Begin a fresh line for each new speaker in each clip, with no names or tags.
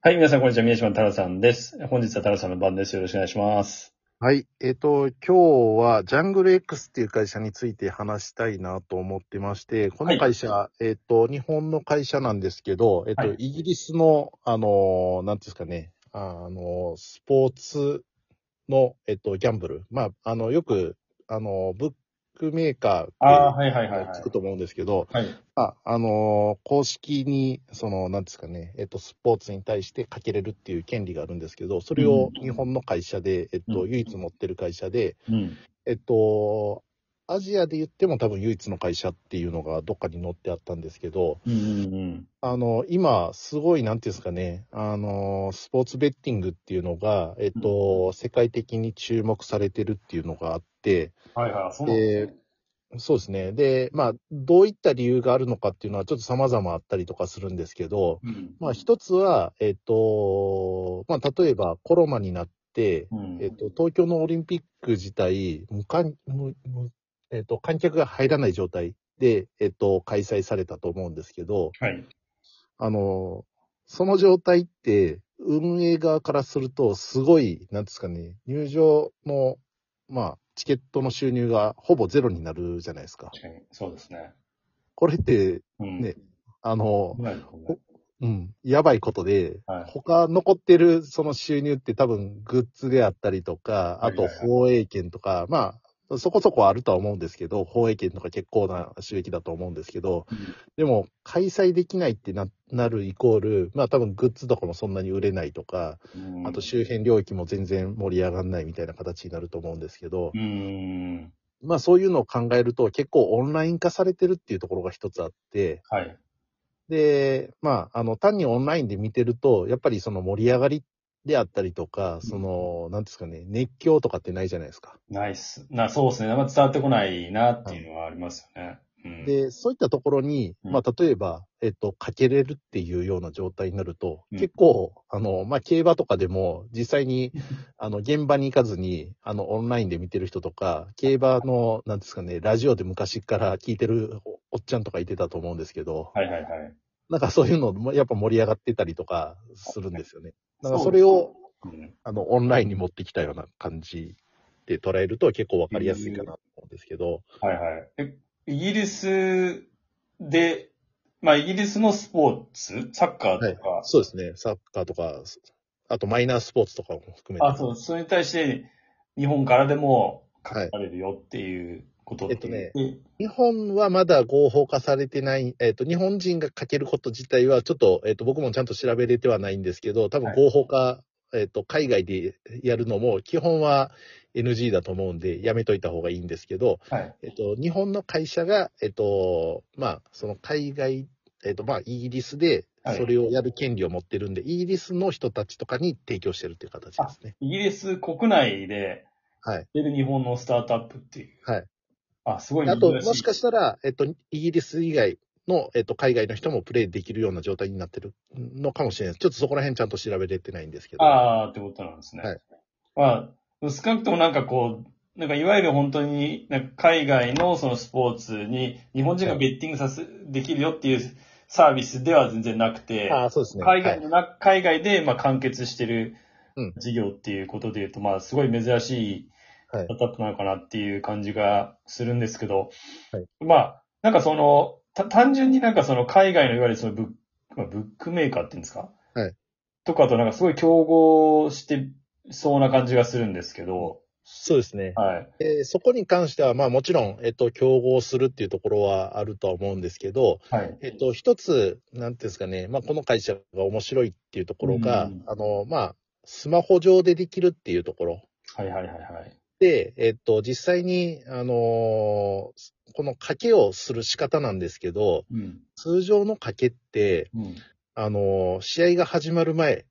はい、皆さん、こんにちは。宮島太郎さんです。本日は太郎さんの番です。よろしくお願いします。
はい。えっ、と、今日はジャングル X っていう会社について話したいなと思ってまして、この会社、えっ、と、日本の会社なんですけど、えっ、と、
はい
イギリスの、あのー、なんていうんですかね、あのー、スポーツの、えっ、と、ギャンブル。まあ、あの、よく、あのー、ブックメーカ
ああ、
ーっ
はいはい
て
はい、はい
聞く。と思うんですけど、
はい。
まあ、あのー、公式に、その、なんですかね、えっと、スポーツに対してかけれるっていう権利があるんですけど、それを
うん
日本の会社で、えっと、
うん
唯一持ってる会社で、
うん。
えっと、アジアで言っても多分唯一の会社っていうのがどっかに載ってあったんですけど、
うんうんうん。
あの、今、すごい、なんていうんですかね、あの、スポーツベッティングっていうのが、えっと、世界的に注目されてるっていうのがあって、
はいはい、そうなんです
で
ね。
そうですね。で、まあ、どういった理由があるのかっていうのはちょっと様々あったりとかするんですけど、
うん。
まあ、一つは、えっ、と、まあ、例えばコロナになって、
うん
えっ、と、東京のオリンピック自体、無観、無、無えっ、と、観客が入らない状態で、えっ、と、開催されたと思うんですけど、
はい。
あの、その状態って、運営側からすると、すごい、なんですかね、入場の、まあ、チケットの収入がほぼゼロになるじゃないですか。
確かに、そうですね。
これって、
うん。
ねあの、
はい
おうん、やばいことで、
はい
他残ってるその収入って多分グッズであったりとか、あ
は
と
いはいはい
放映権とか、まあ、そこそこあるとは思うんですけど、放映権とか結構な収益だと思うんですけど、でも開催できないってななるイコール、まあ多分グッズとかもそんなに売れないとか、
うん
あと周辺領域も全然盛り上がんないみたいな形になると思うんですけど
う、ん。
まあそういうのを考えると結構オンライン化されてるっていうところが一つあって、
はい。
で、まあ、あの、単にオンラインで見てると、やっぱりその盛り上がりであったりとか、その、なんですかね、熱狂とかってないじゃないですか。
ナイス。な、そうですね。あんま伝わってこないなっていうのはありますよね。うん。
で、そういったところに、
うん
まあ、例えば、えっと、かけれるっていうような状態になると、
うん
結構、あの、まあ、競馬とかでも、実際 に、あの、現場に行かずに、あの、オンラインで見てる人とか、競馬の、なんですかね、ラジオで昔から聞いてるおおっちゃんとかいてたと思うんですけど、
はいはいはい。
なんかそういうのも、やっぱ盛り上がってたりとかするんですよね。だから
そう
それを、
うん
あの、オンラインに持ってきたような感じで捉えると結構わかりやすいかなと思うんですけど、
はいはい。え、イギリスで、まあ、イギリスのスポーツ、サッカーとか、
そうですね、サッカーとか、あとマイナースポーツとかも含めて。
あ、そう、それに対して、日本からでもかけられるよっていうこと
はいえっとね
で
日本はまだ合法化されてない、えっ、と、日本人がかけること自体はちょっと、えっ、と、僕もちゃんと調べれてはないんですけど、多分
はい
合法化、えっ、と、海外でやるのも基本は NG だと思うんで、やめといた方がいいんですけど、
はい。
えっと、日本の会社が、えっと、まあ、その海外、えっと、まあ、イギリスで
はい、
それをやる権利を持ってるんで、イギリスの人たちとかに提供してるっていう形ですね。
イギリス国内で
はい。
出る日本のスタートアップっていう。
はい。
あ、すごい
あと、
珍しい。
もしかしたら、えっと、イギリス以外の、えっと、海外の人もプレイできるような状態になってるのかもしれないです。ちょっとそこら辺ちゃんと調べれてないんですけど。
あーってことなんですね。
はい
まあ、少なくともなんかこう、なんかいわゆる本当に、なんか海外のそのスポーツに日本人がベッティングさせ、できるよっていうサービスでは全然なくて、
あーそうですね。
海
は
外
い
のな、海外で、まあ、完結してる
うん
事業っていうことで言うと、まあ、すごい珍しい
はい
スタートアップなのかなっていう感じがするんですけど、
は
まあ、なんかその、た単純になんかその海外のいわゆるそのブッ,、まあ、ブックメーカーっていうんですか
はい
とかとなんかすごい競合してそうな感じがするんですけど、
そうですね。
はい。
えーそこに関しては、まあもちろん、えっと、競合するっていうところはあるとは思うんですけど、
はい。
えっと、一つ、なんていうんですかね、まあ、この会社が面白いっていうところが、
うん
あの、まあ、スマホ上でできるっていうところ
はいはいはいはい。
で、えっと、実際に、あのーこの賭けをする仕方なんですけど、
うん。
通常の賭けって、
うん。
あのー試合が始まる前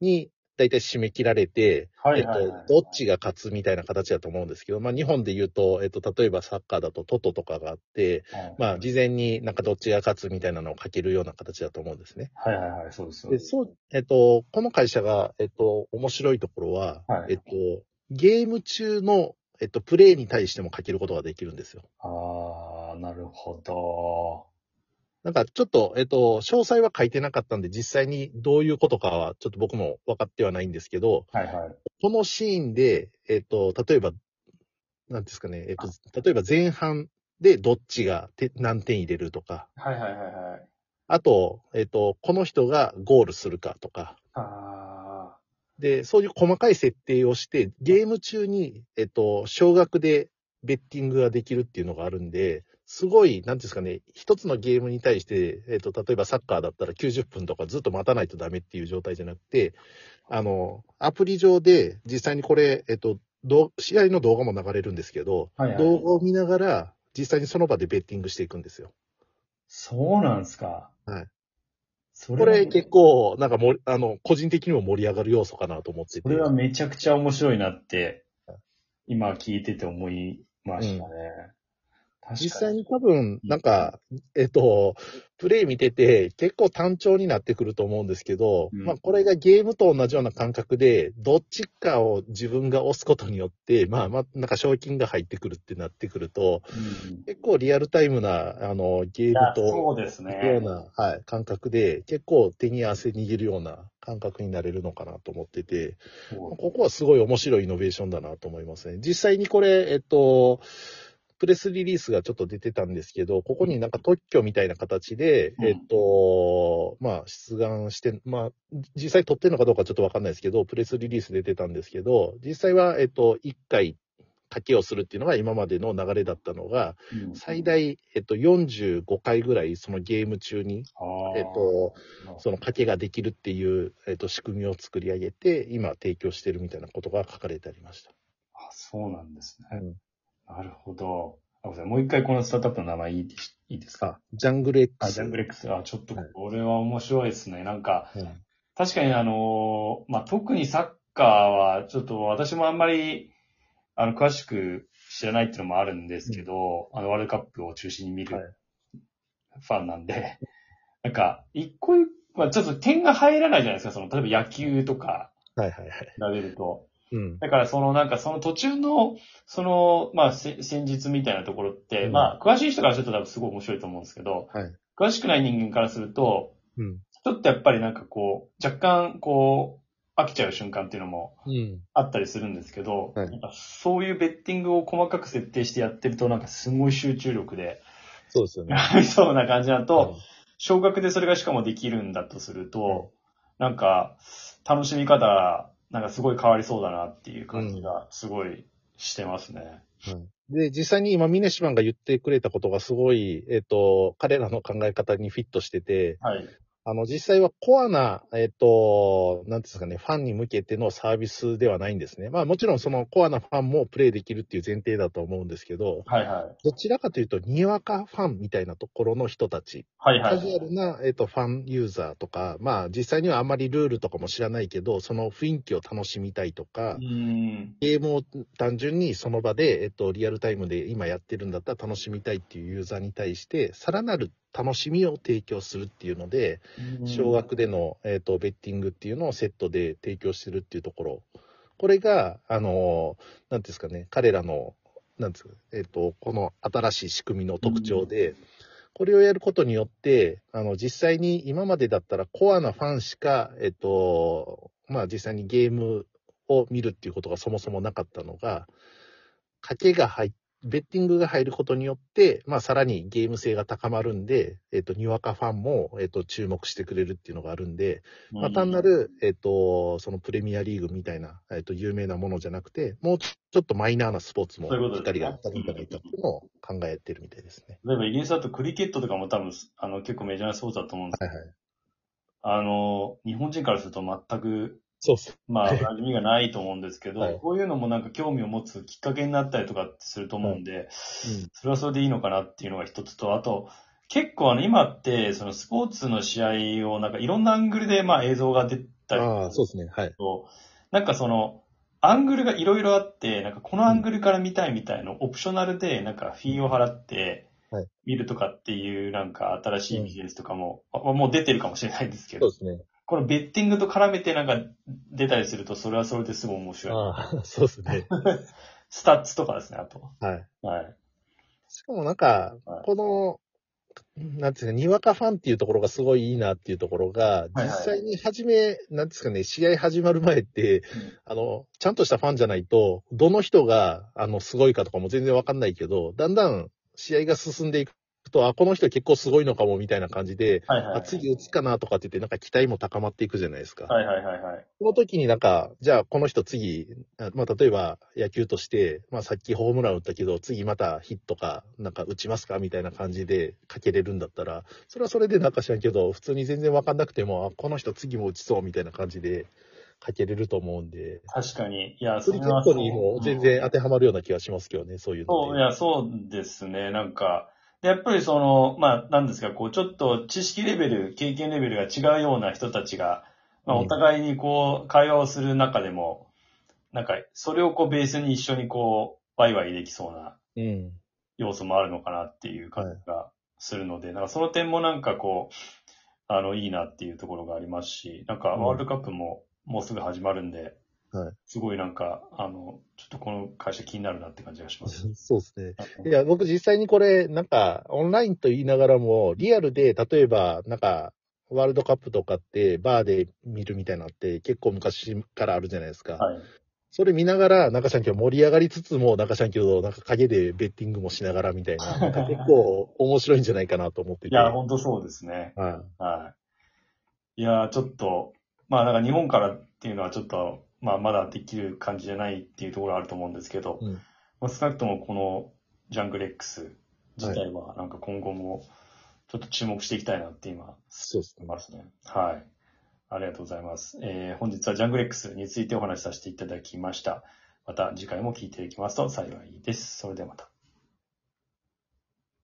に、だいたい締め切られて、
は
え
い
っと
はいはい。、
どっちが勝つみたいな形だと思うんですけど、まあ、日本で言うと、えっと、例えばサッカーだとトトとかがあって、
はい
まあ、事前になんかどっちが勝つみたいなのをかけるような形だと思うんですね。
はいはいはい、そうです。そう
で、
です
そう、えっと、この会社が、えっと、面白いところは、
はい
えっと、ゲーム中の、えっと、プレイに対してもかけることができるんですよ。
あー、なるほど。
なんかちょっと、えっと、詳細は書いてなかったんで、実際にどういうことかは、ちょっと僕も分かってはないんですけど、
はいはい。
このシーンで、えっと、例えば、なんですかね、えっと、例えば前半でどっちがて何点入れるとか、
はいはいはいはい。
あと、えっと、この人がゴールするかとか、
あ
で、そういう細かい設定をして、ゲーム中に、えっと、少額でベッティングができるっていうのがあるんで、すごい、なんていうんですかね、一つのゲームに対して、えっと、例えばサッカーだったら90分とかずっと待たないとダメっていう状態じゃなくて、あの、アプリ上で実際にこれ、えっと、どう試合の動画も流れるんですけど、
あ。はいはい。
動画を見ながら、実際にその場でベッティングしていくんですよ。
そうなんですか。
はい。
それ
こ
は
れ結構、なんかもり、あの、個人的にも盛り上がる要素かなと思ってて。
それはめちゃくちゃ面白いなって、今聞いてて思いましたね。確かに。
実際に多分、なんか、えっと、プレイ見てて、結構単調になってくると思うんですけど、
うん
まあ、これがゲームと同じような感覚で、どっちかを自分が押すことによって、まあ、まあ、なんか賞金が入ってくるってなってくると、
うん
結構リアルタイムな、あの、ゲー
いや
ム
そ
と、
うです
よ
ね
う。な、はい、感覚で、結構手に汗握るような感覚になれるのかなと思ってて、
そう
ここはすごい面白いイノベーションだなと思いますね。実際にこれ、えっと、プレスリリースがちょっと出てたんですけど、ここになんか特許みたいな形で、
うん
えっと、まあ、出願して、まあ、実際取ってるのかどうかちょっとわかんないですけど、プレスリリース出てたんですけど、実際は、えっと、1回賭けをするっていうのが今までの流れだったのが、
うん
最大、えっと、45回ぐらいそのゲーム中に、えっと、その賭けができるっていう、えっと、仕組みを作り上げて、今提供してるみたいなことが書かれてありました。
あそうなんですね。
うん
なるほど。あごめんなさいもう一回このスタートアップの名前いいでしいいですか
あ、ジャングル X。
あ、ジャングレックス。あ、ちょっと
はい
これは面白いですね。なんか、
うん
確かにあのーまあ、特にサッカーは、ちょっと私もあんまり、あの、詳しく知らないっていうのもあるんですけど、あの、ワールドカップを中心に見
はい
るファンなんで、 なんか、一個一個、まあ、ちょっと点が入らないじゃないですか、その、例えば野球とか、
はいはいはい。
比べると。
うん。
だからそのなんかその途中の、その、まあせ戦術みたいなところって、
うん
まあ詳しい人からすると多分すごい面白いと思うんですけど、
はい。
詳しくない人間からすると、
うん。
ちょっとやっぱりなんかこう、若干こう、飽きちゃう瞬間っていうのも
うん。
あったりするんですけど、
はい
なんかそういうベッティングを細かく設定してやってるとなんかすごい集中力で、
そうですよね。
やりそうな感じだと、小学でそれがしかもできるんだとすると、なんか、楽しみ方、なんかすごい変わりそうだなっていう感じがすごいしてますね。
はいで、実際に今、ミネシマンが言ってくれたことがすごい、えっ、と、彼らの考え方にフィットしてて、
はい。
あの、実際はコアな、えっ、と、なんていうんですかね、ファンに向けてのサービスではないんですね。まあもちろんそのコアなファンもプレイできるっていう前提だと思うんですけど、
はいはい。
どちらかというと、にわかファンみたいなところの人たち、
はいは
カジュア
い。
ルな、えっとファンユーザーとか、まあ、実際にはあんまりルールとかも知らないけど、その雰囲気を楽しみたいとか
う、ん。
ゲームを単純にその場で、えっと、リアルタイムで今やってるんだったら楽しみたいっていうユーザーに対して、さらなる楽しみを提供するっていうので、少額での、えっと、ベッティングっていうのをセットで提供してるっていうところ。これが、あの、なんていうんですかね、彼らの、なんですか、えっと、この新しい仕組みの特徴で、これをやることによって、あの、実際に今までだったらコアなファンしか、えっと、まあ実際にゲームを見るっていうことがそもそもなかったのが、賭けが入っベッティングが入ることによって、まあさらにゲーム性が高まるんで、えっと、にわかファンも、えっと、注目してくれるっていうのがあるんで、
うん、
まあ、単なる、えっと、そのプレミアリーグみたいな、えっと、有名なものじゃなくて、もうちょっとマイナーなスポーツも
そういうことですね
光が当たるんじゃないかっていうのを考えてるみたいですね。
例えばイギリスだとクリケットとかも多分、あの、結構メジャーなスポーツだと思うんですけ
はいはい。
ど、あの、日本人からすると全く、
そうです。
まあ、馴染みがないと思うんですけど、
はい
こういうのもなんか興味を持つきっかけになったりとかすると思うんで、
うん。
それはそれでいいのかなっていうのが一つと、あと、結構あの、今って、そのスポーツの試合をなんかいろんなアングルでまあ映像が出たり
ああ、そうですね。はい。
と、なんかその、アングルがいろいろあって、なんかこのアングルから見たいみたいのオプショナルでなんかフィーを払って
はい、
見るとかっていうなんか新しいビジネスとかも、あもう出てるかもしれないんですけ
そう
ど、
ですね。
このベッティングと絡めてなんか出たりすると、それはそれですごい面白い。
ああ、そうですね。
ス タッツとかですね、あと。
はい。
はい。
しかもなんか
は、い
この、なんていうか、にわかファンっていうところがすごいいいなっていうところが、
はい
実際に始め、なんですかね、試合始まる前って、あの、ちゃんとしたファンじゃないと、どの人が、あの、すごいかとかも全然わかんないけど、だんだん試合が進んでいくと、あ、この人結構すごいのかもみたいな感じで、
はいはい。
あ次打つかなとかって言って、なんか期待も高まっていくじゃないですか。
はいはいはいはい。
その時になんか、じゃあこの人次、あまあ例えば野球として、まあさっきホームラン打ったけど、次またヒットか、なんか打ちますかみたいな感じでかけれるんだったら、それはそれでなんか知らんけど、普通に全然わかんなくても、あ、この人次も打ちそうみたいな感じでかけれると思うんで、
確かに。いや、
ク
そ
リ
れ
ケッ
は
ト
そう
にも全然当てはまるような気がしますけどね、そういう
そ
の
う、
っ
い
て。
や、そうですね。なんか、でやっぱりその、まあ、なんですか、こう、ちょっと知識レベル、経験レベルが違うような人たちが、まあ、
うん
お互いにこう、会話をする中でも、なんか、それをこう、ベースに一緒にこう、ワイワイできそうな
うん。
要素もあるのかなっていう感じがするので、なんかその点もなんかこう、あの、いいなっていうところがありますし、なんか
うん
ワールドカップももうすぐ始まるんで、
はい
すごいなんか、あの、ちょっとこの会社気になるなって感じがします。
そうですね。いや、僕実際にこれ、なんか、オンラインと言いながらも、リアルで、例えば、なんか、ワールドカップとかって、バーで見るみたいなのって、結構昔からあるじゃないですか。
はい。
それ見ながら、なんかしゃんけど盛り上がりつつも、なんかしゃんけど、なんか影でベッティングもしながらみたいな、なんか結構面白いんじゃないかなと思っ て
い
て。
や、
は
本当そうですね。
い。
はい。いやー、ちょっと、まあなんか日本からっていうのはちょっと、まあまだできる感じじゃないっていうところあると思うんですけど、
うん
まあ、少なくともこのジャングレックス自体はなんか今後もちょっと注目していきたいなって今
そうですね。
ますね。はい。ありがとうございます。えー本日はジャングレックスについてお話しさせていただきました。また次回も聞いていきますと幸いです。それではまた。